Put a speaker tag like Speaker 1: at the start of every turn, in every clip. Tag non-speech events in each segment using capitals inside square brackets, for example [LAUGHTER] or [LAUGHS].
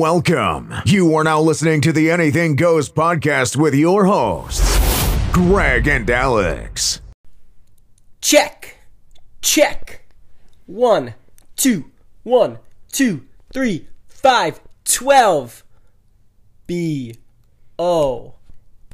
Speaker 1: Welcome. You are now listening to the Anything Goes podcast with your hosts, Greg and Alex.
Speaker 2: Check. Check. One, two, one, two, three, five, twelve. B O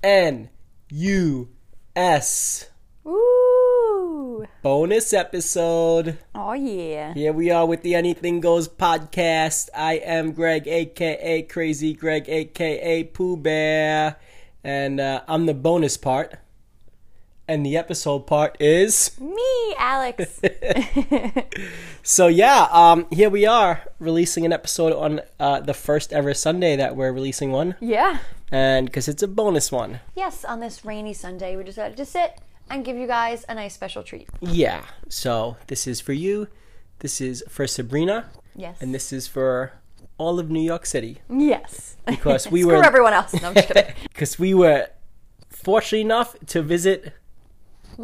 Speaker 2: N U S.
Speaker 3: Ooh.
Speaker 2: Bonus episode.
Speaker 3: Oh, yeah.
Speaker 2: Here we are with the Anything Goes podcast. I am Greg, aka Crazy Greg, aka Pooh Bear. And uh, I'm the bonus part. And the episode part is.
Speaker 3: Me, [LAUGHS] Alex.
Speaker 2: So yeah, um, here we are releasing an episode on uh, the first ever Sunday that we're releasing one,
Speaker 3: yeah.
Speaker 2: and because it's a bonus one.
Speaker 3: Yes, on this rainy Sunday, we decided to sit and give you guys a nice special treat.
Speaker 2: Yeah. So this is for you. This is for Sabrina,
Speaker 3: Yes.
Speaker 2: and this is for all of New York City
Speaker 3: yes. [LAUGHS]
Speaker 2: because we
Speaker 3: For
Speaker 2: were
Speaker 3: everyone else. No, I'm
Speaker 2: [LAUGHS]
Speaker 3: just kidding.
Speaker 2: because we were fortunate enough to visit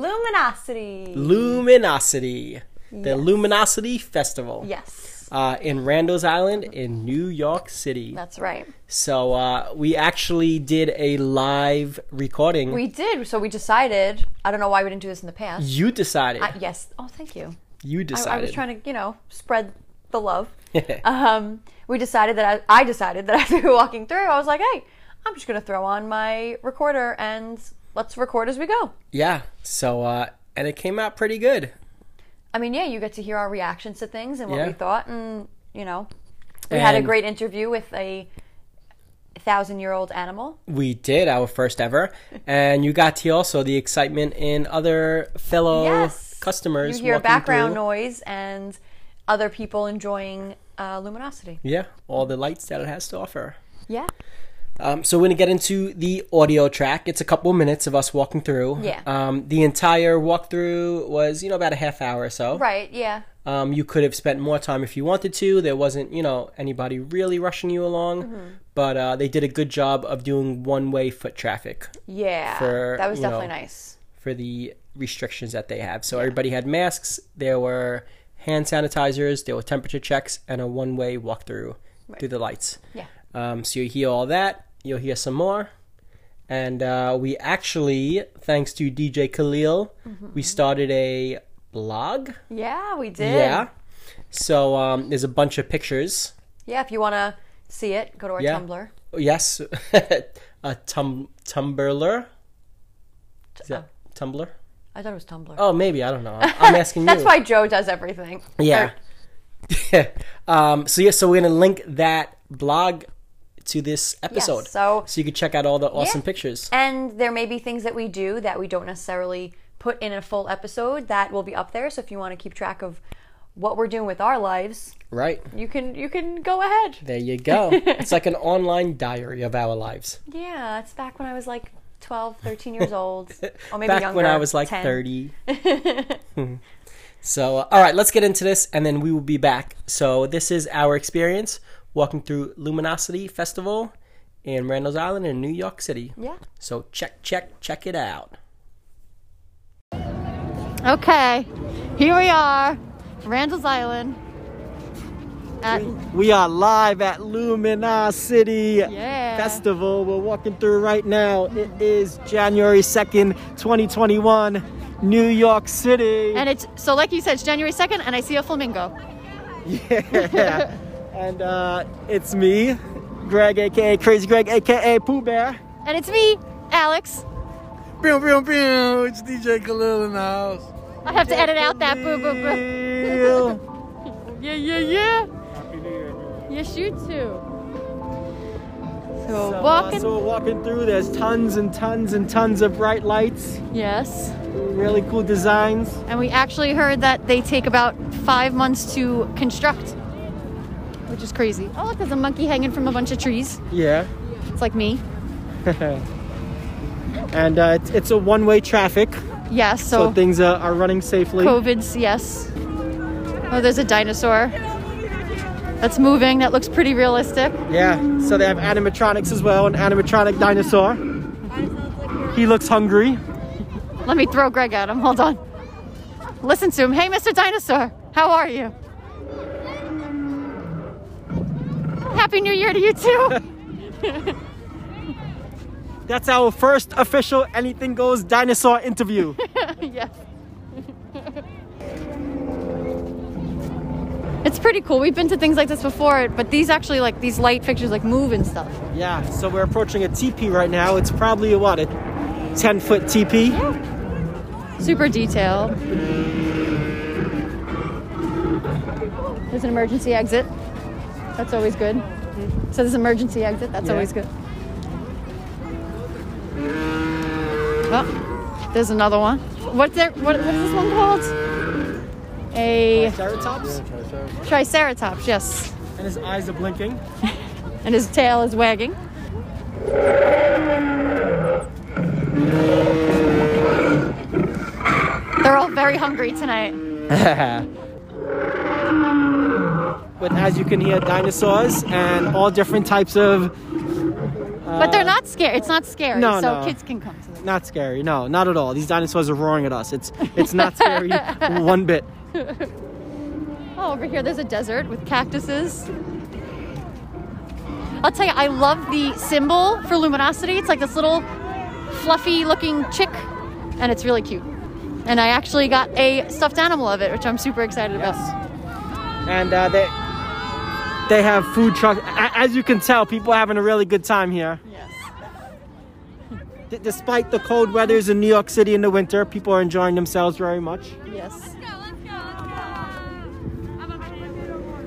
Speaker 3: Luminosity.
Speaker 2: Luminosity, the Luminosity Festival.
Speaker 3: Yes.
Speaker 2: Uh, in Randall's Island in New York City.
Speaker 3: That's right.
Speaker 2: So uh, we actually did a live recording.
Speaker 3: We did. So we decided. I don't know why we didn't do this in the past.
Speaker 2: You decided.
Speaker 3: Uh, yes. Oh, thank you.
Speaker 2: you decided.
Speaker 3: I, I
Speaker 2: [LAUGHS]
Speaker 3: was trying to, you know, spread the love. um, we decided that I, I decided that [LAUGHS] after walking through, I was like, hey, I'm just going to throw on my recorder and let's record as we go.
Speaker 2: yeah. So uh, and it came out pretty good.
Speaker 3: I mean, yeah, you get to hear our reactions to things and what
Speaker 2: Yeah.
Speaker 3: we thought, and you know, we had a
Speaker 2: And
Speaker 3: great interview with a thousand-year-old animal.
Speaker 2: We did our first
Speaker 3: [LAUGHS]
Speaker 2: ever, and you got to hear also the excitement in other fellow
Speaker 3: yes,
Speaker 2: customers.
Speaker 3: You hear
Speaker 2: walking
Speaker 3: background
Speaker 2: through.
Speaker 3: noise and other people enjoying uh, luminosity.
Speaker 2: Yeah, all the lights that it has to offer.
Speaker 3: Yeah,
Speaker 2: Um, so we're gonna get into the audio track. It's a couple minutes of us walking through.
Speaker 3: Yeah.
Speaker 2: Um, the entire walkthrough was you know about a half hour or so.
Speaker 3: right. Yeah,
Speaker 2: Um, you could have spent more time if you wanted to. There wasn't, you know, anybody really rushing you along, but uh, they did a good job of doing one-way foot traffic
Speaker 3: yeah.
Speaker 2: For,
Speaker 3: that was
Speaker 2: you know,
Speaker 3: definitely nice.
Speaker 2: for the restrictions that they have. So everybody had masks. There were hand sanitizers. There were temperature checks and a one-way walkthrough through the lights.
Speaker 3: Yeah.
Speaker 2: Um, so you hear all that. You'll hear some more. And uh, we actually, thanks to DJ Khalil, we started a blog.
Speaker 3: Yeah, we did.
Speaker 2: Yeah. So um, there's a bunch of pictures.
Speaker 3: Yeah, If you want to see it, go to our
Speaker 2: Yeah.
Speaker 3: Tumblr.
Speaker 2: Yes, [LAUGHS] a tum Tumblr. Is that Tumblr?
Speaker 3: oh, I thought it was Tumblr.
Speaker 2: Oh, maybe I don't
Speaker 3: [LAUGHS]
Speaker 2: know. I'm asking
Speaker 3: That's
Speaker 2: you.
Speaker 3: why Joe does everything.
Speaker 2: Yeah. [LAUGHS] um. So yeah. So we're gonna link that blog to this episode.
Speaker 3: so-
Speaker 2: you can check out all the awesome
Speaker 3: Yeah.
Speaker 2: pictures.
Speaker 3: And there may be things that we do that we don't necessarily put in a full episode that will be up there. So if you want to keep track of what we're doing with our lives,
Speaker 2: Right.
Speaker 3: you can you can go ahead.
Speaker 2: There you
Speaker 3: [LAUGHS]
Speaker 2: go. it's like an online diary of our lives.
Speaker 3: Yeah, it's back when I was like 12, 13
Speaker 2: [LAUGHS]
Speaker 3: years old, or maybe
Speaker 2: Back
Speaker 3: younger.
Speaker 2: when I was like
Speaker 3: 10. [LAUGHS]
Speaker 2: thirty. Hmm. so uh, all right, let's get into this, and then we will be back. So this is our experience walking through Luminosity Festival in Randall's Island in New York City.
Speaker 3: Yeah.
Speaker 2: So check, check, check it out.
Speaker 4: Okay, here we are, Randall's Island. At,
Speaker 2: We are live at Luminosity
Speaker 4: Yeah.
Speaker 2: Festival. We're walking through right now. It is January 2nd, 2021, New York City.
Speaker 4: and it's so, like you said, it's January 2nd, and I see a flamingo.
Speaker 2: yeah. and uh, it's me, Greg, aka Crazy Greg, aka Pooh Bear.
Speaker 4: And it's me, Alex.
Speaker 5: Pew, pew, pew. It's DJ Khalil in the house.
Speaker 4: I have to edit out that boo boo boo.
Speaker 5: boo.
Speaker 4: Yeah, yeah, yeah. Yes, you too. So,
Speaker 5: So,
Speaker 4: walking.
Speaker 5: Uh, so we're walking through. There's tons and tons and tons of bright lights.
Speaker 4: yes.
Speaker 5: Really cool designs.
Speaker 4: And we actually heard that they take about five months to construct, which is crazy. Oh, look, there's a monkey hanging from a bunch of trees.
Speaker 5: Yeah.
Speaker 4: It's like me.
Speaker 5: And uh, it's, it's a one-way traffic,
Speaker 4: Yes,
Speaker 5: so things are, are running safely.
Speaker 4: COVID's, yes. Oh, there's a dinosaur. That's moving. That looks pretty realistic.
Speaker 5: Yeah. So they have animatronics as well. An animatronic dinosaur. He looks hungry.
Speaker 4: Let me throw Greg at him. Hold on. Listen to him. Hey, Mr. Dinosaur, how are you? Happy New Year to you too. [LAUGHS]
Speaker 2: That's our first official Anything Goes dinosaur interview.
Speaker 4: yes. it's pretty cool. We've been to things like this before, but these actually like these light fixtures like move and stuff.
Speaker 2: yeah, so we're approaching a teepee right now. It's probably a what, a 10 foot teepee?
Speaker 4: Super detailed. There's an emergency exit. That's always good. So there's an emergency exit. That's
Speaker 2: Yeah.
Speaker 4: always good. Oh, there's another one. What's there? What, what is this one called? A
Speaker 2: Ceratops?
Speaker 4: triceratops. Yes,
Speaker 2: And his eyes are blinking.
Speaker 4: and his tail is wagging. They're all very hungry tonight.
Speaker 2: But as you can hear, dinosaurs and all different types of.
Speaker 4: But they're not scared. It's not scary.
Speaker 2: no,
Speaker 4: so
Speaker 2: no.
Speaker 4: kids can come to them.
Speaker 2: Not scary. No, not at all. These dinosaurs are roaring at us. It's it's not scary one bit.
Speaker 4: Oh, over here there's a desert with cactuses. I'll tell you, I love the symbol for luminosity. It's like this little fluffy looking chick, and it's really cute. And I actually got a stuffed animal of it, which I'm super excited about.
Speaker 2: And uh, they they have food trucks. A- As you can tell, people are having a really good time here.
Speaker 4: Yes.
Speaker 2: D- despite the cold weathers in New York City in the winter, people are enjoying themselves very much.
Speaker 4: Yes.
Speaker 6: I'm a potato boy.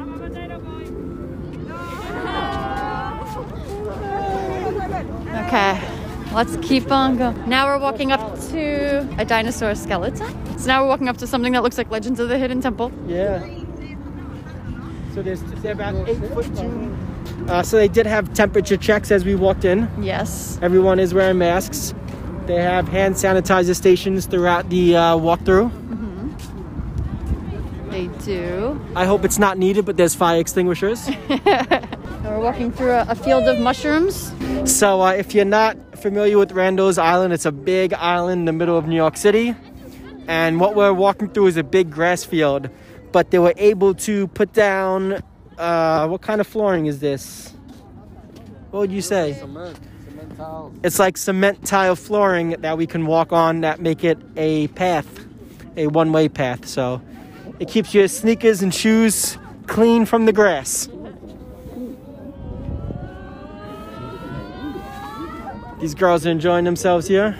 Speaker 6: I'm a potato boy.
Speaker 4: Okay. Let's keep on going. Now we're walking up to a dinosaur skeleton. So now we're walking up to something that looks like Legends of the Hidden Temple.
Speaker 2: Yeah. So there's they're about eight foot two. Uh, so they did have temperature checks as we walked in.
Speaker 4: Yes.
Speaker 2: Everyone is wearing masks. They have hand sanitizer stations throughout the uh, walkthrough.
Speaker 4: They do.
Speaker 2: I hope it's not needed, but there's fire extinguishers.
Speaker 4: And we're walking through a, a field of mushrooms.
Speaker 2: so uh, if you're not familiar with Randos Island, it's a big island in the middle of New York City. And what we're walking through is a big grass field. But they were able to put down, uh, what kind of flooring is this? What would you say?
Speaker 7: Cement, cement tiles.
Speaker 2: It's like cement tile flooring that we can walk on that make it a path, a one-way path. So it keeps your sneakers and shoes clean from the grass. These girls are enjoying themselves here.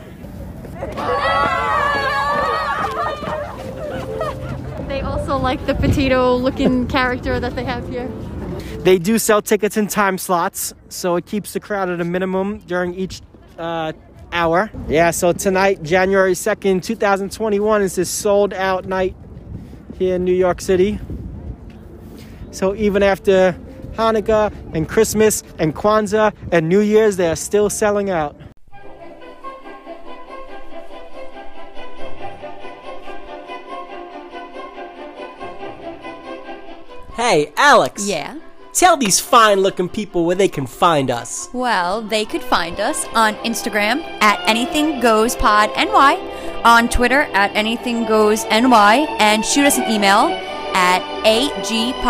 Speaker 4: They also like the potato looking character that they have here.
Speaker 2: They do sell tickets in time slots, so it keeps the crowd at a minimum during each uh, hour. Yeah, so tonight, January 2nd, 2021, is this sold out night here in New York City. So even after Hanukkah and Christmas and Kwanzaa and New Year's, they are still selling out.
Speaker 8: Hey, Alex.
Speaker 3: Yeah.
Speaker 8: Tell these fine looking people where they can find us.
Speaker 3: Well, they could find us on Instagram at Anything Goes Pod NY, on Twitter at Anything Goes NY, and shoot us an email at agpodny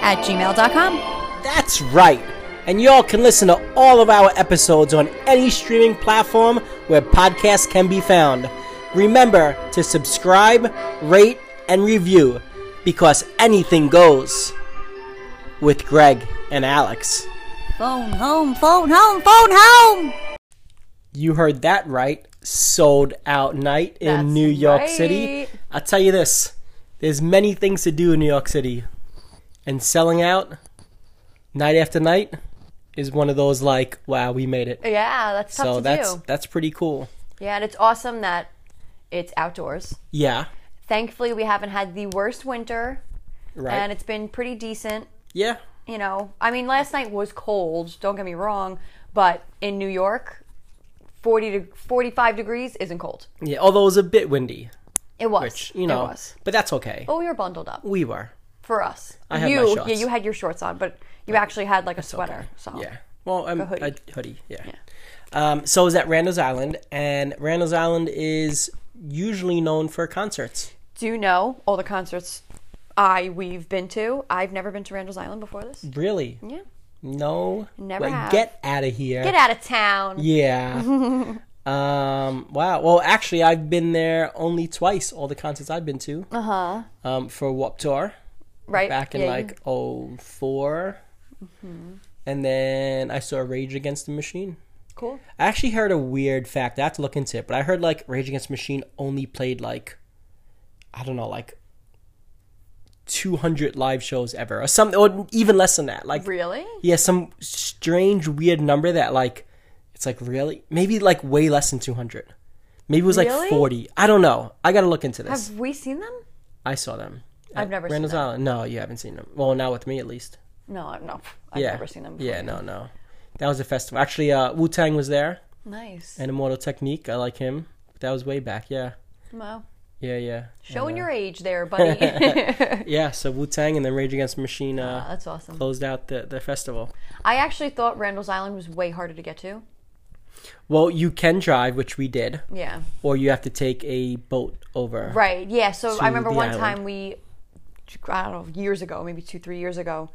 Speaker 3: at gmail.com.
Speaker 8: That's right. And y'all can listen to all of our episodes on any streaming platform where podcasts can be found. Remember to subscribe, rate, and review because anything goes with Greg and Alex.
Speaker 3: Phone home, phone home, phone home!
Speaker 8: You heard that right. Sold out night in
Speaker 9: That's
Speaker 8: New York City.
Speaker 9: right.
Speaker 8: I'll tell you this there's many things to do in New York City, and selling out night after night is one of those like, wow, we made it.
Speaker 9: Yeah, that's tough
Speaker 8: so
Speaker 9: to
Speaker 8: that's
Speaker 9: do.
Speaker 8: that's pretty cool.
Speaker 9: Yeah, and it's awesome that it's outdoors.
Speaker 8: Yeah,
Speaker 9: Thankfully, we haven't had the worst winter,
Speaker 8: right.
Speaker 9: and it's been pretty decent.
Speaker 8: yeah,
Speaker 9: You know, I mean, last night was cold. Don't get me wrong, but in New York, forty to forty-five degrees isn't cold.
Speaker 8: yeah. Although it was a bit windy,
Speaker 9: It was.
Speaker 8: which you know,
Speaker 9: it was. Oh.
Speaker 8: but that's okay.
Speaker 9: But we were bundled up
Speaker 8: We were.
Speaker 9: for us.
Speaker 8: I had my
Speaker 9: you,
Speaker 8: shorts.
Speaker 9: yeah, you had your shorts on, but you actually had like a sweater.
Speaker 8: Okay.
Speaker 9: So
Speaker 8: yeah. Well, um, a hoodie.
Speaker 9: hoodie.
Speaker 8: yeah. Um, so is that Randall's Island, and Randall's Island is usually known for concerts.
Speaker 9: do you know all the concerts I we've been to. I've never been to Randall's Island before this.
Speaker 2: Really?
Speaker 9: Yeah.
Speaker 2: No.
Speaker 9: Never
Speaker 2: Like,
Speaker 9: have.
Speaker 2: Get out of here.
Speaker 9: Get out of town.
Speaker 2: Yeah.
Speaker 9: [LAUGHS]
Speaker 2: um. Wow. Well, actually, I've been there only twice. All the concerts I've been to. Uh huh. Um. For Warped Tour
Speaker 9: Uh-huh. right.
Speaker 2: back in
Speaker 9: Yeah, you-
Speaker 2: like oh and then I saw Rage Against the Machine.
Speaker 9: cool.
Speaker 2: I actually heard a weird fact. I have to look into it, but I heard like Rage Against the Machine only played like, I don't know, like. 200 live shows ever or some or even less than that like
Speaker 9: Really?
Speaker 2: yeah, some strange, weird number that like it's like really maybe like way less than two hundred. Maybe it was
Speaker 9: Really?
Speaker 2: like forty. I don't know. I gotta look into this.
Speaker 9: Have we seen them?
Speaker 2: I saw them.
Speaker 9: I've never seen
Speaker 2: Randall's
Speaker 9: them.
Speaker 2: Island. No, you haven't seen them. Well, not with me at least.
Speaker 9: No, I- no. I've
Speaker 2: yeah.
Speaker 9: never seen them. Before.
Speaker 2: Yeah, no, no. That was a festival. Actually, uh, Wu Tang was there
Speaker 9: Nice.
Speaker 2: and Immortal Technique. I like him. That was way back. Yeah,
Speaker 9: Wow.
Speaker 2: yeah, yeah.
Speaker 9: Showing your age
Speaker 8: [LAUGHS]
Speaker 9: there, buddy.
Speaker 2: Yeah. So Wu Tang and then Rage Against the Machine uh,
Speaker 9: Ah, That's awesome.
Speaker 2: closed out the the festival.
Speaker 9: I actually thought Randall's Island was way harder to get to.
Speaker 2: Well, you can drive, which we did,
Speaker 9: Yeah.
Speaker 2: or you have to take a boat over.
Speaker 9: Right. Yeah. So
Speaker 2: to
Speaker 9: I remember
Speaker 2: the
Speaker 9: one
Speaker 2: island.
Speaker 9: time we, I don't know, years ago, maybe two, three years ago,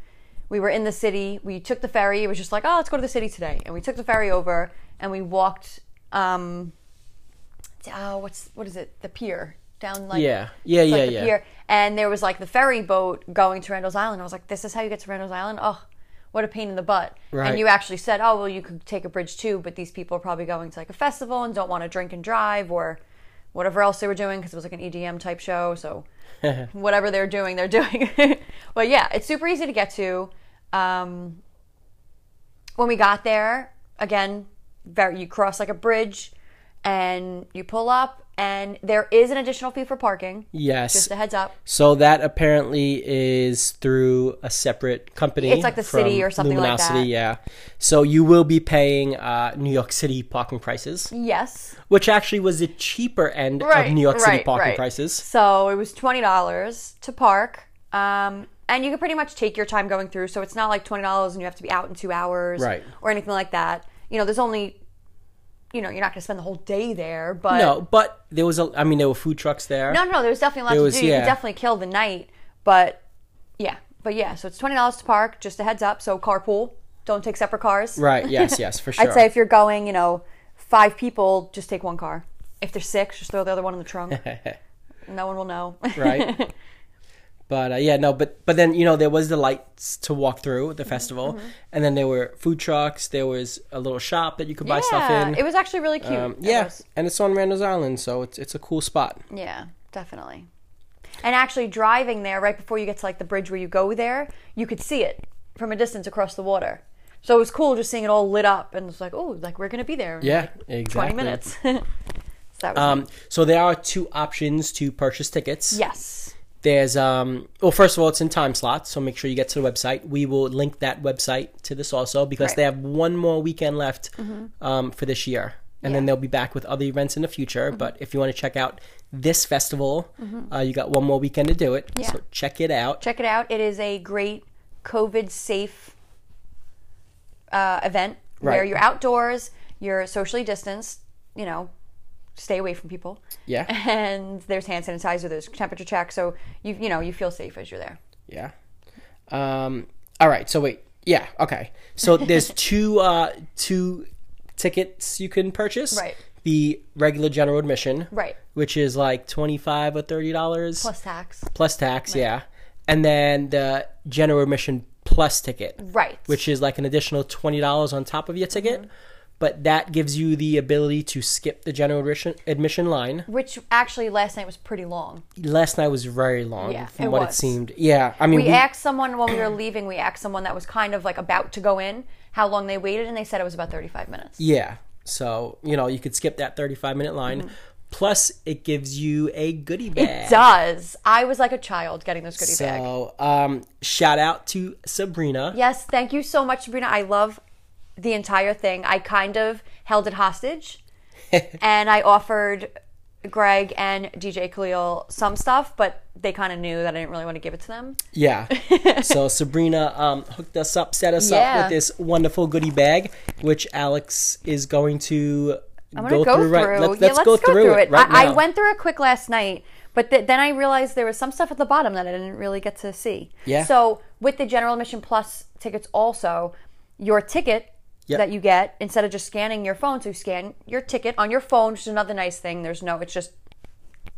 Speaker 9: we were in the city. We took the ferry. It was just like, oh, let's go to the city today, and we took the ferry over and we walked. um t- Oh, what's what is it? The pier down like
Speaker 2: Yeah. Yeah,
Speaker 9: it's
Speaker 2: yeah,
Speaker 9: like the
Speaker 2: yeah.
Speaker 9: pier. And there was like the ferry boat going to Randall's Island. I was like, this is how you get to Randall's Island. Oh. What a pain in the butt.
Speaker 2: Right.
Speaker 9: And you actually said, oh, well, you could take a bridge too, but these people are probably going to like a festival and don't want to drink and drive or whatever else they were doing because it was like an EDM type show. So whatever they're doing, they're doing. [LAUGHS] but yeah, it's super easy to get to. Um, when we got there, again, very, you cross like a bridge and you pull up, and there is an additional fee for parking.
Speaker 2: Yes.
Speaker 9: Just a heads up.
Speaker 2: So that apparently is through a separate company.
Speaker 9: It's like the
Speaker 2: from
Speaker 9: city or something like
Speaker 2: Luminosity,
Speaker 9: that.
Speaker 2: yeah. So you will be paying uh, New York City parking prices,
Speaker 9: Yes.
Speaker 2: which actually was the cheaper end of New York City parking
Speaker 9: right.
Speaker 2: prices.
Speaker 9: So it was twenty dollars to park, um, and you can pretty much take your time going through. So it's not like twenty dollars and you have to be out in two hours,
Speaker 2: Right.
Speaker 9: or anything like that. You know, there's only, you know, you're not going to spend the whole day there, but
Speaker 2: No, but there was a. I mean, there were food trucks there.
Speaker 9: no, no, no, there was definitely a lot
Speaker 2: There
Speaker 9: to
Speaker 2: was-
Speaker 9: do. You
Speaker 2: yeah.
Speaker 9: could definitely kill the night, but yeah, but yeah. So it's twenty dollars to park. Just a heads up. So carpool. Don't take separate cars.
Speaker 2: Right.
Speaker 9: [LAUGHS]
Speaker 2: Yes. Yes. For sure.
Speaker 9: I'd say if you're going, you know, five people, just take one car. If there's six, just throw the other one in
Speaker 2: [LAUGHS]
Speaker 9: the trunk. no one will know. [LAUGHS]
Speaker 2: right? but uh, yeah, no, but but then you know there was the lights to walk through at
Speaker 9: Mm-hmm,
Speaker 2: the festival, and then there were food trucks. There was a little shop that you could buy stuff
Speaker 9: Yeah,
Speaker 2: in.
Speaker 9: It was actually really cute.
Speaker 2: um,
Speaker 9: It
Speaker 2: yeah,
Speaker 9: was-
Speaker 2: and it's on Randall's Island, so it's it's a cool spot.
Speaker 9: yeah, definitely. And actually, driving there right before you get to like the bridge where you go there, you could see it from a distance across the water. So it was cool just seeing it all lit up, and it's like, oh, like we're gonna be there in
Speaker 2: Yeah,
Speaker 9: twenty
Speaker 2: exactly.
Speaker 9: minutes. [LAUGHS] so that was
Speaker 2: Um, so there are two options to purchase tickets.
Speaker 9: yes,
Speaker 2: There's um well first of all it's in time slots, so make sure you get to the website. We will link that website to this also because
Speaker 9: Right. Mm-hmm.
Speaker 2: they have one more weekend left um, for this year. And then
Speaker 9: Yeah. Mm-hmm.
Speaker 2: they'll be back with other events in the future. But if you want to check out this festival, uh, you got one more weekend to do it.
Speaker 9: Yeah.
Speaker 2: So check it out.
Speaker 9: check it out. It is a great COVID-safe uh, event where
Speaker 2: Right.
Speaker 9: you're outdoors, you're socially distanced. You know, stay away from people.
Speaker 2: Yeah.
Speaker 9: and there's hand sanitizer, there's temperature check, so you you know you feel safe as you're there.
Speaker 2: Yeah. Um. All right. So wait. Yeah. Okay. So
Speaker 9: [LAUGHS]
Speaker 2: there's two uh two tickets you can purchase.
Speaker 9: Right.
Speaker 2: The regular general admission.
Speaker 9: Right.
Speaker 2: Which is like twenty five or thirty dollars
Speaker 9: Plus tax.
Speaker 2: plus tax. Yeah. And then the general admission plus ticket.
Speaker 9: Right. Mm-hmm.
Speaker 2: Which is like an additional twenty dollars on top of your ticket. But that gives you the ability to skip the general admission, admission line.
Speaker 9: Which actually last night was pretty long.
Speaker 2: Last night was very long,
Speaker 9: Yeah,
Speaker 2: from
Speaker 9: it
Speaker 2: what it
Speaker 9: was.
Speaker 2: seemed. Yeah, I mean,
Speaker 9: We asked someone when we were leaving, we asked someone that was kind of like about to go in how long they waited, and they said it was about 35 minutes.
Speaker 2: Yeah. So, you know, you could skip that 35 minute line. Plus, it gives you a goodie bag.
Speaker 9: Mm-hmm. It does. I was like a child getting this goodie bag.
Speaker 2: So, um, shout out to Sabrina.
Speaker 9: Yes, thank you so much, Sabrina. I love the entire thing. I kind of held
Speaker 2: [LAUGHS]
Speaker 9: it hostage, and I offered Greg and DJ Khalil some stuff, but they kind of knew that I didn't really want to give it to them. [LAUGHS]
Speaker 2: Yeah. so, Sabrina um, hooked us up, set us up
Speaker 9: Yeah.
Speaker 2: with this wonderful goodie bag, which Alex is going to
Speaker 9: I'm gonna go through.
Speaker 2: right
Speaker 9: yeah, let's go, through, it. I, I went through it quick last night But th- then I realized there was some stuff at the bottom that I didn't really get to see.
Speaker 2: Yeah.
Speaker 9: So with the general admission plus tickets, also your ticket
Speaker 2: Yep.
Speaker 9: that you get instead of just scanning your phone, so you scan your ticket on your phone, which is another nice thing. There's no, it's just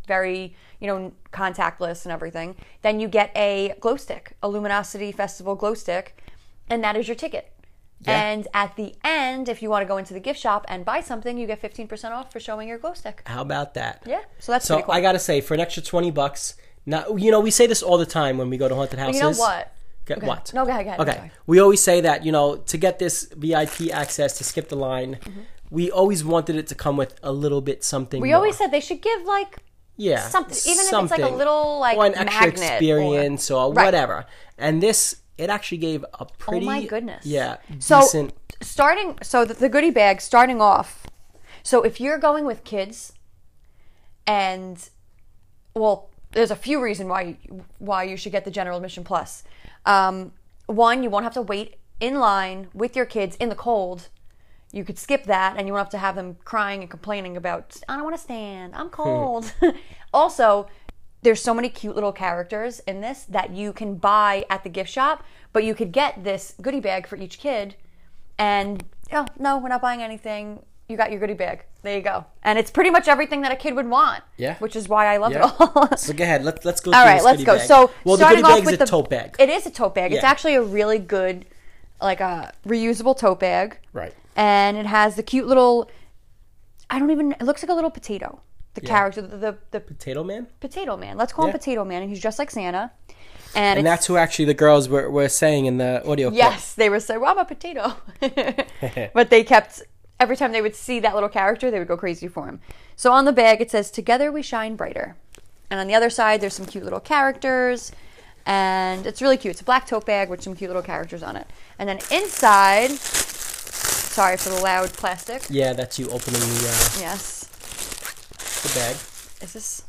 Speaker 9: very you know contactless and everything. Then you get a glow stick, a Luminosity Festival glow stick, and that is your ticket.
Speaker 2: Yeah.
Speaker 9: And at the end, if you want to go into the gift shop and buy something, you get 15% off for showing your glow stick.
Speaker 2: How about that?
Speaker 9: Yeah, so that's
Speaker 2: so
Speaker 9: pretty cool.
Speaker 2: I gotta say, for an extra twenty bucks, now you know we say this all the time when we go to haunted houses.
Speaker 9: you know what?
Speaker 2: Get what?
Speaker 9: No, go ahead, go ahead. I'm
Speaker 2: Okay.
Speaker 9: sorry.
Speaker 2: We always say that, you know, to get this VIP access to skip the line, we always wanted it to come with a little bit something.
Speaker 9: Mm-hmm. We
Speaker 2: more.
Speaker 9: always said they should give like
Speaker 2: yeah,
Speaker 9: something, even if it's like a
Speaker 2: something.
Speaker 9: little, like,
Speaker 2: or an extra
Speaker 9: magnet or-
Speaker 2: experience or,
Speaker 9: Right. Oh
Speaker 2: whatever. And this, it actually gave a pretty.
Speaker 9: my goodness.
Speaker 2: Yeah.
Speaker 9: So
Speaker 2: decent.
Speaker 9: starting, so the, the goodie bag starting off. So if you're going with kids, and well, there's a few reason why why you should get the general admission plus. Um, one, you won't have to wait in line with your kids in the cold. You could skip that, and you won't have to have them crying and complaining about I don't want to stand.
Speaker 2: Hmm.
Speaker 9: I'm cold. [LAUGHS] also, there's so many cute little characters in this that you can buy at the gift shop, but you could get this goodie bag for each kid. And oh no, we're not buying anything. You got your goodie bag. There you go. And it's pretty much everything that a kid would want.
Speaker 2: Yeah.
Speaker 9: Which is why I love
Speaker 2: Yeah.
Speaker 9: it all. [LAUGHS]
Speaker 2: so go ahead. Let's let's go.
Speaker 9: all
Speaker 2: through
Speaker 9: right,
Speaker 2: this
Speaker 9: let's
Speaker 2: goodie
Speaker 9: go.
Speaker 2: bag.
Speaker 9: So
Speaker 2: well, the
Speaker 9: starting
Speaker 2: goodie
Speaker 9: off
Speaker 2: bag is
Speaker 9: with
Speaker 2: a
Speaker 9: the
Speaker 2: tote bag.
Speaker 9: It is a tote bag. It's
Speaker 2: Yeah.
Speaker 9: actually a really good, like a reusable tote bag.
Speaker 2: Right.
Speaker 9: And it has the cute little. I don't even. It looks like a little potato. The
Speaker 2: Yeah.
Speaker 9: character, the, the the
Speaker 2: Potato man.
Speaker 9: potato man. Let's call
Speaker 2: Yeah.
Speaker 9: him Potato Man, and he's dressed like Santa. And,
Speaker 2: And
Speaker 9: it's,
Speaker 2: that's who actually the girls were, were saying in the audio. clip.
Speaker 9: Yes, they were so well, I'm a potato. [LAUGHS] but they kept every time they would see that little character, they would go crazy for him. So on the bag it says "Together we shine brighter," and on the other side there's some cute little characters, and it's really cute. It's a black tote bag with some cute little characters on it, and then inside. Sorry for the loud plastic.
Speaker 2: Yeah, that's you opening the,
Speaker 9: Yes,
Speaker 2: uh, the bag.
Speaker 9: is this?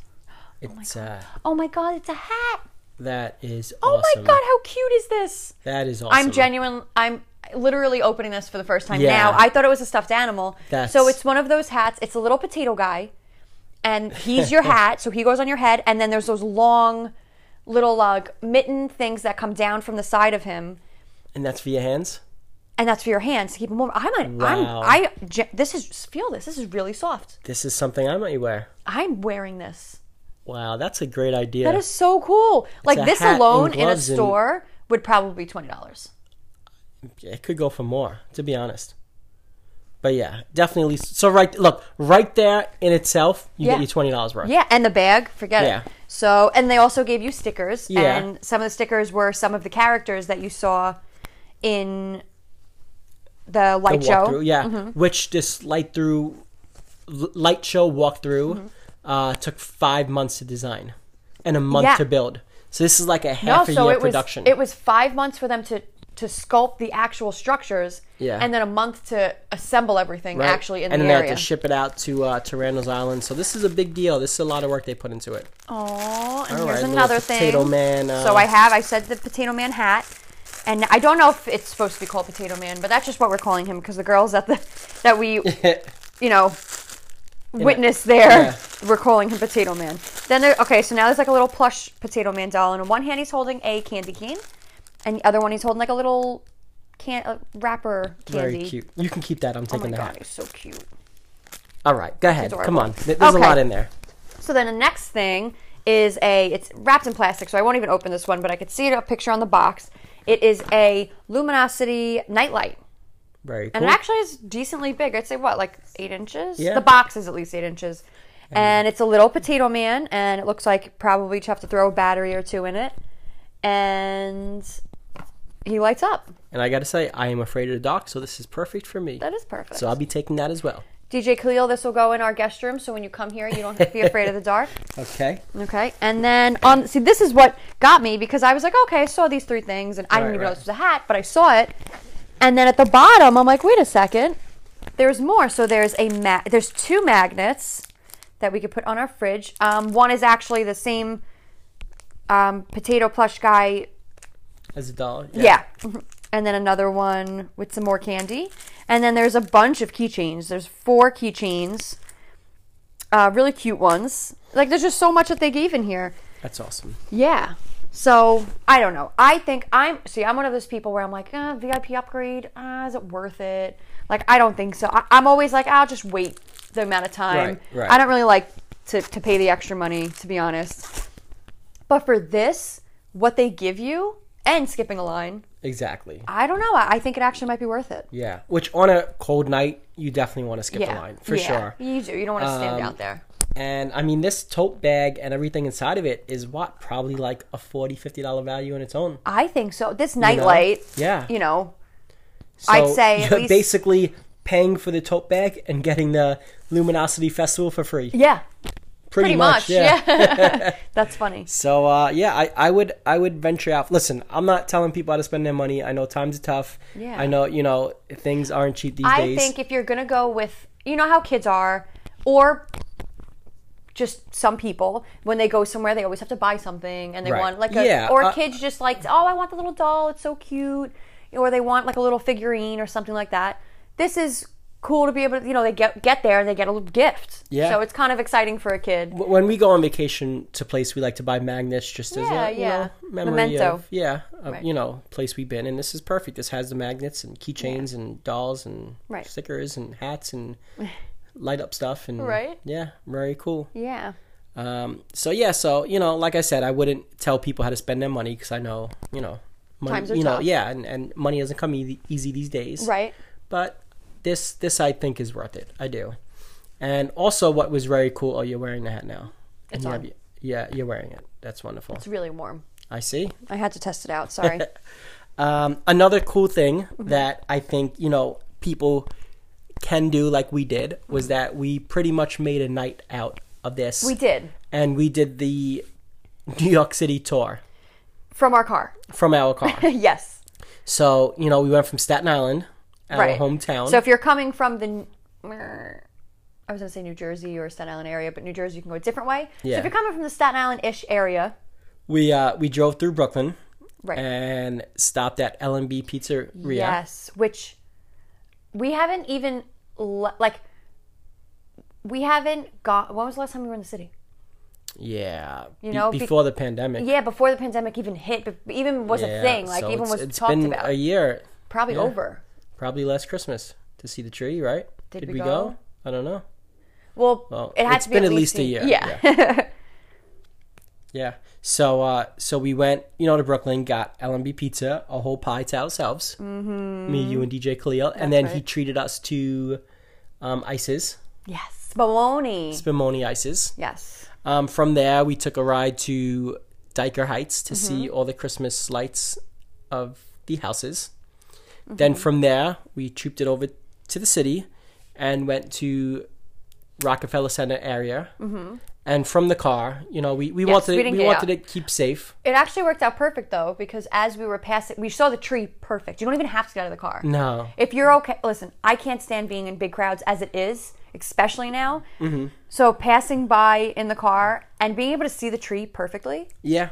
Speaker 2: It's uh,
Speaker 9: Oh my god, it's a hat!
Speaker 2: that is
Speaker 9: Oh
Speaker 2: awesome.
Speaker 9: my god, how cute is this?
Speaker 2: That is awesome.
Speaker 9: I'm genuine. I'm literally opening this for the first time
Speaker 2: Yeah.
Speaker 9: now. I thought it was a stuffed animal.
Speaker 2: That's-
Speaker 9: So it's one of those hats. It's a little potato guy, and
Speaker 2: [LAUGHS]
Speaker 9: he's your hat. So he goes on your head, and then there's those long, little like mitten things that come down from the side of him,
Speaker 2: And that's for your hands.
Speaker 9: and that's for your hands to keep them warm. I might.
Speaker 2: Wow.
Speaker 9: I'm. I. ge- This is feel this. This is really soft.
Speaker 2: This is something I might wear.
Speaker 9: I'm wearing this.
Speaker 2: Wow, that's a great idea.
Speaker 9: That is so cool.
Speaker 2: a
Speaker 9: Like this
Speaker 2: hat and
Speaker 9: alone in a
Speaker 2: gloves and-
Speaker 9: store would probably be twenty dollars.
Speaker 2: it could go for more, to be honest. But yeah, definitely. So right, look, right there in itself, you
Speaker 9: Yeah.
Speaker 2: get your twenty dollars worth.
Speaker 9: Yeah, and the bag, forget
Speaker 2: Yeah.
Speaker 9: it. So, and they also gave you stickers.
Speaker 2: Yeah.
Speaker 9: And some of the stickers were some of the characters that you saw in the
Speaker 2: The
Speaker 9: light show. Mm-hmm.
Speaker 2: walkthrough, yeah. Which this light through, l- light show walkthrough, uh, took five months to design, and a month
Speaker 9: Mm-hmm. Yeah.
Speaker 2: to build. So this is like a
Speaker 9: No,
Speaker 2: half a
Speaker 9: so
Speaker 2: year
Speaker 9: it was
Speaker 2: production.
Speaker 9: it was five months for them to to sculpt the actual structures.
Speaker 2: Yeah.
Speaker 9: And then a month to assemble everything
Speaker 2: right?
Speaker 9: actually in
Speaker 2: and
Speaker 9: the
Speaker 2: then they
Speaker 9: area.
Speaker 2: had to ship it out to uh, to Randall's Island. So this is a big deal. This is a lot of work they put into it.
Speaker 9: Aw, and
Speaker 2: All right,
Speaker 9: here's
Speaker 2: little
Speaker 9: another thing.
Speaker 2: Potato Man, uh,
Speaker 9: so I have I said the Potato Man hat, and I don't know if it's supposed to be called Potato Man, but that's just what we're calling him because the girls that the that
Speaker 2: [LAUGHS]
Speaker 9: we you know witness there
Speaker 2: yeah.
Speaker 9: we're calling him Potato Man. Then there okay, so now there's like a little plush Potato Man doll, and in one hand he's holding a candy cane, and the other one he's holding like a little can uh, wrapper candy.
Speaker 2: Very cute. You can keep that. I'm
Speaker 9: Oh my
Speaker 2: taking the
Speaker 9: god,
Speaker 2: hat.
Speaker 9: he's so cute.
Speaker 2: All right, go ahead. Come
Speaker 9: adorable.
Speaker 2: on. Th- There's a
Speaker 9: Okay.
Speaker 2: lot in there.
Speaker 9: So then the next thing is a it's wrapped in plastic, so I won't even open this one, but I could see it a picture on the box. It is a luminosity nightlight.
Speaker 2: Very cool.
Speaker 9: And it actually is decently big. I'd say what, like eight inches?
Speaker 2: Yeah.
Speaker 9: The box is at least eight inches. And it's a little potato man, and it looks like probably you have to throw a battery or two in it. And he lights up.
Speaker 2: And I gotta say, I am afraid of the dark, so this is perfect for me.
Speaker 9: That is perfect.
Speaker 2: So I'll be taking that as well.
Speaker 9: DJ Khalil, this will go in our guest room, so when you come here, you don't have to be afraid of
Speaker 2: [LAUGHS]
Speaker 9: the dark.
Speaker 2: Okay.
Speaker 9: Okay, and then on. See, this is what got me because I was like, okay, I saw these three things, and I didn't
Speaker 2: Right,
Speaker 9: even
Speaker 2: right.
Speaker 9: know this was a hat, but I saw it. And then at the bottom, I'm like, wait a second, there's more. So there's a ma- there's two magnets that we could put on our fridge. Um, one is actually the same um, potato plush guy.
Speaker 2: As a doll.
Speaker 9: Yeah. [LAUGHS] Mhm. And then another one with some more candy. And then there's a bunch of keychains. There's four keychains. uh, really cute ones. Like there's just so much that they gave in here.
Speaker 2: That's awesome.
Speaker 9: Yeah. So I don't know. I think I'm see. I'm one of those people where I'm like, uh, VIP upgrade. Uh, is it worth it? Like I don't think so. I, I'm always like, I'll just wait the amount of time.
Speaker 2: Right, right.
Speaker 9: I don't really like to to pay the extra money to be honest. But for this, what they give you and skipping a line,
Speaker 2: Exactly.
Speaker 9: I don't know. I, I think it actually might be worth it.
Speaker 2: Yeah. Which on a cold night, you definitely want to skip the line for
Speaker 9: Yeah.
Speaker 2: sure.
Speaker 9: You do. You don't want to stand
Speaker 2: Um,
Speaker 9: out there.
Speaker 2: And I mean, this tote bag and everything inside of it is what probably like a 40 fifty dollar value in its own.
Speaker 9: I think so. This nightlight.
Speaker 2: Yeah.
Speaker 9: You know.
Speaker 2: So
Speaker 9: I'd say at
Speaker 2: you're
Speaker 9: least-
Speaker 2: basically paying for the tote bag and getting the Luminosity Festival for free.
Speaker 9: Yeah.
Speaker 2: pretty,
Speaker 9: Pretty much. Yeah.
Speaker 2: [LAUGHS]
Speaker 9: That's funny.
Speaker 2: So uh, yeah, I, I would I would venture out. Listen, I'm not telling people how to spend their money. I know times are tough.
Speaker 9: Yeah.
Speaker 2: I know you know things aren't cheap these
Speaker 9: I
Speaker 2: days.
Speaker 9: think if you're gonna go with, you know how kids are, or just some people when they go somewhere they always have to buy something and they
Speaker 2: Right.
Speaker 9: want like a
Speaker 2: Yeah,
Speaker 9: or
Speaker 2: uh,
Speaker 9: kids just like oh I want the little doll it's so cute or they want like a little figurine or something like that. This is cool to be able to you know they get get there and they get a little gift.
Speaker 2: Yeah.
Speaker 9: So it's kind of exciting for a kid.
Speaker 2: W- when we go on vacation to place, we like to buy magnets just as
Speaker 9: Yeah,
Speaker 2: a you
Speaker 9: yeah.
Speaker 2: know, memory
Speaker 9: Memento.
Speaker 2: of yeah, of, you know, place we've been. And this is perfect. This has the magnets and keychains and dolls and
Speaker 9: Right.
Speaker 2: stickers and hats
Speaker 9: [LAUGHS]
Speaker 2: and light up stuff and
Speaker 9: Right.
Speaker 2: yeah, very cool.
Speaker 9: Yeah.
Speaker 2: Um, so yeah, so you know, like I said, I wouldn't tell people how to spend their money because I know, you know, money,
Speaker 9: Times are
Speaker 2: you know,
Speaker 9: tough.
Speaker 2: yeah, and, and money doesn't come easy, easy these days,
Speaker 9: Right.
Speaker 2: But this this I think is worth it. I do. And also, what was very cool? Oh, you're wearing the hat now. It's
Speaker 9: on.
Speaker 2: yeah, you're wearing it. That's wonderful.
Speaker 9: It's really warm.
Speaker 2: I see.
Speaker 9: I had to test it out.
Speaker 2: [LAUGHS]
Speaker 9: Sorry.
Speaker 2: Um, another cool thing that I think you know people can do, like we did, was that we pretty much made a night out of this.
Speaker 9: we did
Speaker 2: and we did the New York City tour
Speaker 9: from our car. [LAUGHS]
Speaker 2: from our car.
Speaker 9: Yes.
Speaker 2: so, you know, we went from Staten Island, our
Speaker 9: right.
Speaker 2: hometown.
Speaker 9: So if you're coming from the, I was gonna say New Jersey or Staten Island area, but New Jersey you can go a different way. So
Speaker 2: Yeah.
Speaker 9: if you're coming from the Staten Island ish area,
Speaker 2: we uh, we drove through Brooklyn
Speaker 9: right?
Speaker 2: and stopped at L and B Pizzeria.
Speaker 9: Yes, which we haven't even le- like we haven't got. When was the last time we were in the city?
Speaker 2: Yeah. You
Speaker 9: know, be-
Speaker 2: before the pandemic.
Speaker 9: Yeah, before the pandemic even hit, but even was a
Speaker 2: Yeah,
Speaker 9: thing. Like
Speaker 2: so
Speaker 9: even
Speaker 2: it's-
Speaker 9: was
Speaker 2: it's
Speaker 9: talked
Speaker 2: been
Speaker 9: about.
Speaker 2: a year,
Speaker 9: Probably
Speaker 2: yeah.
Speaker 9: over.
Speaker 2: probably last Christmas to see the tree, right?
Speaker 9: Did we go?
Speaker 2: I don't know.
Speaker 9: Well,
Speaker 2: Well,
Speaker 9: it had
Speaker 2: it's
Speaker 9: to be
Speaker 2: been
Speaker 9: at least
Speaker 2: a year.
Speaker 9: Yeah. [LAUGHS]
Speaker 2: Yeah. So uh so we went, you know, to Brooklyn, got LMB pizza, a whole pie to ourselves. Mm-hmm. Me, you and DJ Khalil. and then he treated us to um ices,
Speaker 9: yes, baloney.
Speaker 2: Spumoni ices.
Speaker 9: yes.
Speaker 2: Um from there we took a ride to Diker Heights to see
Speaker 9: Mm-hmm.
Speaker 2: all the Christmas lights of the houses.
Speaker 9: Mm-hmm.
Speaker 2: Then from there we trooped it over to the city and went to Rockefeller Center area. Mm-hmm. And from the car, you know, we, we wanted
Speaker 9: we
Speaker 2: it-
Speaker 9: didn't
Speaker 2: we,
Speaker 9: get
Speaker 2: wanted
Speaker 9: out.
Speaker 2: it keep safe.
Speaker 9: It actually worked out perfect though, because as we were passing, we saw the tree perfect. You don't even have to get out of the car.
Speaker 2: No.
Speaker 9: If you're okay, listen, I can't stand being in big crowds as it is, especially now.
Speaker 2: Mm-hmm.
Speaker 9: So passing by in the car and being able to see the tree perfectly,
Speaker 2: Yeah.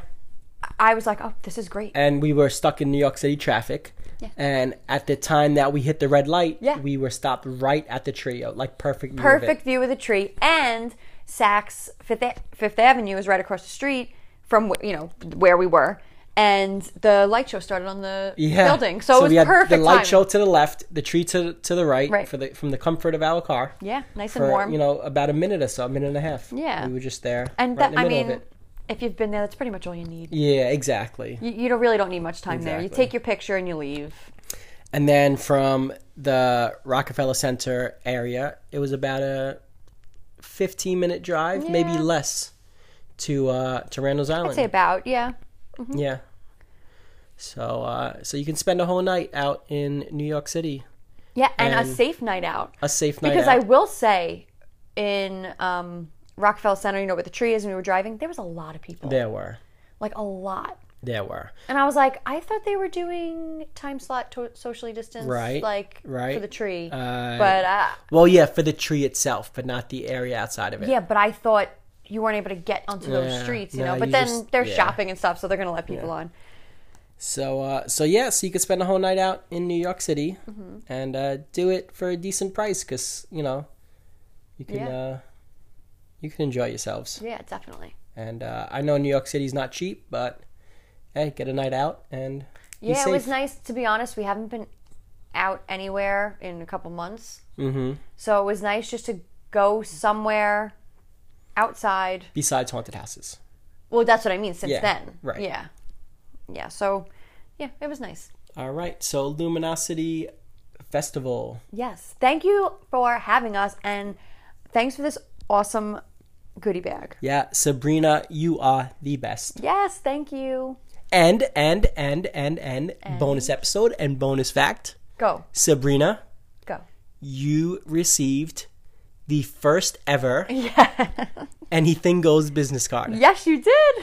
Speaker 9: I was like, oh, this is great.
Speaker 2: and we were stuck in New York City traffic. And at the time that we hit the red light,
Speaker 9: Yeah.
Speaker 2: we were stopped right at the trio, like perfect. view of it.
Speaker 9: perfect view of the tree and Saks Fifth, A- Fifth Avenue is right across the street from wh- you know where we were. And the light show started on the
Speaker 2: Yeah.
Speaker 9: building, so, it was
Speaker 2: we had
Speaker 9: perfect.
Speaker 2: the light
Speaker 9: timing.
Speaker 2: show to the left, the tree to to the right,
Speaker 9: Right.
Speaker 2: for the from the comfort of our car.
Speaker 9: Yeah, nice
Speaker 2: For,
Speaker 9: and warm.
Speaker 2: You know, about a minute or so, a minute and a half.
Speaker 9: Yeah.
Speaker 2: we were just there.
Speaker 9: and
Speaker 2: right in
Speaker 9: that,
Speaker 2: the
Speaker 9: I
Speaker 2: middle of
Speaker 9: mean,
Speaker 2: it.
Speaker 9: if you've been there, that's pretty much all you need.
Speaker 2: yeah, exactly.
Speaker 9: You, you don't really don't need much time there. You
Speaker 2: Exactly.
Speaker 9: take your picture and you leave.
Speaker 2: And then from the Rockefeller Center area, it was about a fifteen minute drive, maybe
Speaker 9: Yeah.
Speaker 2: less, to uh, to Randall's Island.
Speaker 9: I'd say about yeah.
Speaker 2: Yeah. So uh, so you can spend a whole night out in New York City,
Speaker 9: Yeah, and,
Speaker 2: And-
Speaker 9: a safe night out.
Speaker 2: a safe night.
Speaker 9: Because I
Speaker 2: out.
Speaker 9: will say, in um, Rockefeller Center, you know where the tree is, and we were driving, there was a lot of people.
Speaker 2: there were
Speaker 9: Like a lot.
Speaker 2: there were
Speaker 9: And I was like, I thought they were doing time slot to- socially distanced,
Speaker 2: Right,
Speaker 9: like
Speaker 2: right.
Speaker 9: for the tree. but uh,
Speaker 2: well yeah for the tree itself, but not the area outside of it.
Speaker 9: yeah, but I thought you weren't able to get onto those
Speaker 2: Yeah,
Speaker 9: streets, you
Speaker 2: no,
Speaker 9: know. But
Speaker 2: you
Speaker 9: then
Speaker 2: just-
Speaker 9: they're
Speaker 2: yeah.
Speaker 9: shopping and stuff, so they're gonna let people on.
Speaker 2: So uh, so yeah, so you could spend a whole night out in New York City
Speaker 9: Mm-hmm.
Speaker 2: and uh, do it for a decent price because you know you can
Speaker 9: Yeah.
Speaker 2: uh, you can enjoy yourselves.
Speaker 9: Yeah, definitely.
Speaker 2: And uh, I know New York City's not cheap, but hey, get a night out and be
Speaker 9: Yeah, it was
Speaker 2: safe.
Speaker 9: nice. To be honest, we haven't been out anywhere in a couple months. Mm-hmm. So it was nice just to go somewhere outside.
Speaker 2: Besides haunted houses,
Speaker 9: Well, that's what I mean since
Speaker 2: Yeah,
Speaker 9: then.
Speaker 2: right.
Speaker 9: Yeah. Yeah. So, yeah, it was nice.
Speaker 2: all right. So Luminosity Festival.
Speaker 9: Yes. Thank you for having us. And thanks for this awesome goodie bag.
Speaker 2: Yeah, Sabrina, you are the best.
Speaker 9: Yes. Thank you.
Speaker 2: And and and and and, bonus episode and bonus fact,
Speaker 9: Go.
Speaker 2: Sabrina,
Speaker 9: Go.
Speaker 2: you received the first ever anything goes business card.
Speaker 9: Yes, you did.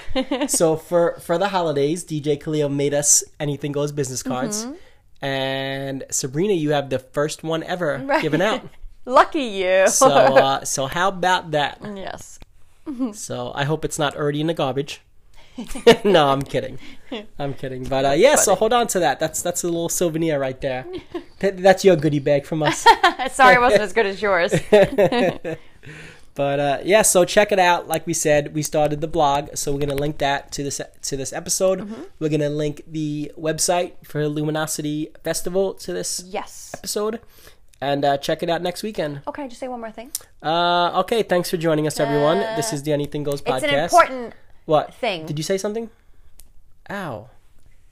Speaker 9: [LAUGHS]
Speaker 2: So for for the holidays, DJ Khalil made us anything goes business cards, and Sabrina, you have the first one ever given out.
Speaker 9: Lucky
Speaker 2: [LAUGHS]
Speaker 9: you.
Speaker 2: So uh, so how about that?
Speaker 9: yes.
Speaker 2: So I hope it's not already in the garbage. no, I'm kidding. I'm kidding. But uh, yeah, so hold on to that. That's that's a little souvenir right there. That- that's your goodie bag from us.
Speaker 9: Sorry it wasn't as good as
Speaker 2: [LAUGHS]
Speaker 9: yours.
Speaker 2: But uh, yeah, so check it out. Like we said, we started the blog, so we're gonna link that to this to this episode.
Speaker 9: Mm-hmm.
Speaker 2: We're gonna link the website for Luminosity Festival to this
Speaker 9: yes.
Speaker 2: episode, and uh, check it out next weekend.
Speaker 9: Oh, can I just say one more thing?
Speaker 2: Uh, okay, thanks for joining us, everyone. this is the Anything Goes podcast.
Speaker 9: Uh, It's an important
Speaker 2: what
Speaker 9: thing.
Speaker 2: Did you say something? Ow.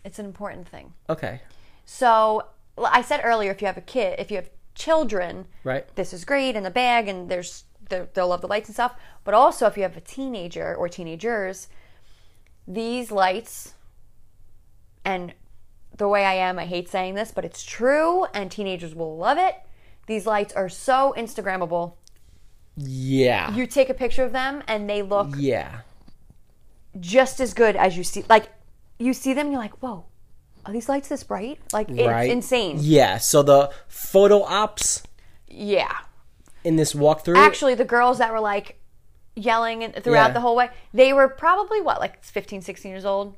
Speaker 9: it's an important thing.
Speaker 2: Okay.
Speaker 9: So l- I said earlier, if you have a kid, if you have children,
Speaker 2: Right.
Speaker 9: this is great in the bag, and there's they're- they'll love the lights and stuff. But also, if you have a teenager or teenagers, these lights and the way I am, I hate saying this, but it's true, and teenagers will love it. These lights are so Instagrammable.
Speaker 2: Yeah.
Speaker 9: You take a picture of them, and they look
Speaker 2: yeah.
Speaker 9: just as good as you see. Like you see them, you're like, whoa, are these lights this bright? Like
Speaker 2: Right.
Speaker 9: it's insane.
Speaker 2: Yeah. So the photo ops
Speaker 9: yeah.
Speaker 2: in this walkthrough.
Speaker 9: actually the girls that were like yelling and- throughout
Speaker 2: Yeah.
Speaker 9: the whole way they were probably what like 15 16 years old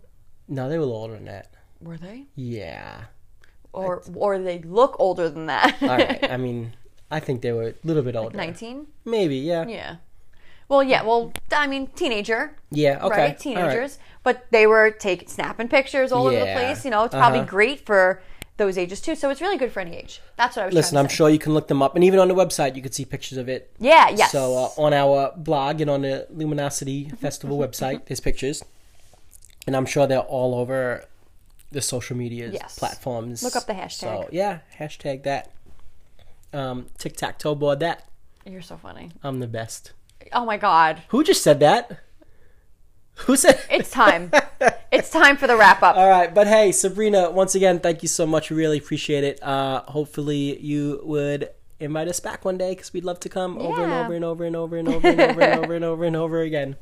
Speaker 2: no, they were older than that.
Speaker 9: were they
Speaker 2: Yeah.
Speaker 9: or or they look older than that
Speaker 2: All
Speaker 9: [LAUGHS]
Speaker 2: right. I mean, I think they were a little bit older.
Speaker 9: 19
Speaker 2: Maybe, yeah. Yeah.
Speaker 9: yeah well yeah well i mean teenager
Speaker 2: okay.
Speaker 9: right teenagers but they were taking snapping pictures all over the
Speaker 2: Yeah.
Speaker 9: place you know it's probably
Speaker 2: Uh-huh.
Speaker 9: great for those ages too so it's really good for any age that's what i was
Speaker 2: Listen,
Speaker 9: trying
Speaker 2: I'm
Speaker 9: to say.
Speaker 2: sure you can look them up. And even on the website, you can see pictures of it.
Speaker 9: yeah yes
Speaker 2: So uh, on our blog and on the Luminosity Festival
Speaker 9: [LAUGHS]
Speaker 2: website, there's pictures. And I'm sure they're all over the social media
Speaker 9: Yes.
Speaker 2: platforms.
Speaker 9: Look up the
Speaker 2: So,
Speaker 9: hashtag.
Speaker 2: yeah, hashtag that. Um, Tic tac toe board that.
Speaker 9: you're so funny
Speaker 2: I'm the best.
Speaker 9: oh my god
Speaker 2: Who just said that? Who said [LAUGHS]
Speaker 9: it's time it's time for the wrap up
Speaker 2: All right, but hey, Sabrina, once again, thank you so much. We really appreciate it. Uh, hopefully, you would invite us back one day because we'd love to come over and
Speaker 9: Yeah.
Speaker 2: over and over and over and over and over and over and over and over again.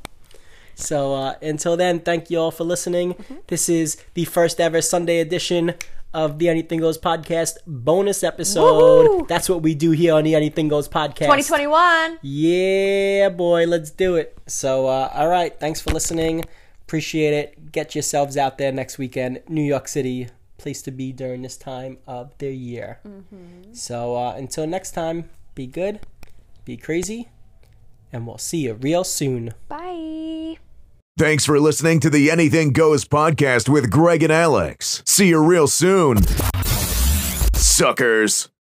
Speaker 2: So uh, until then, thank you all for listening.
Speaker 9: Mm-hmm.
Speaker 2: This is the first ever Sunday edition of the Anything Goes podcast bonus episode.
Speaker 9: Woohoo!
Speaker 2: That's what we do here on the Anything Goes podcast.
Speaker 9: 2021
Speaker 2: Yeah, boy, let's do it. So, uh, all right, thanks for listening. Appreciate it. Get yourselves out there next weekend. New York City, place to be during this time of the year. So, uh, until next time, be good, be crazy, and we'll see you real soon.
Speaker 9: bye
Speaker 1: Thanks for listening to the Anything Goes podcast with Greg and Alex. See you real soon, suckers.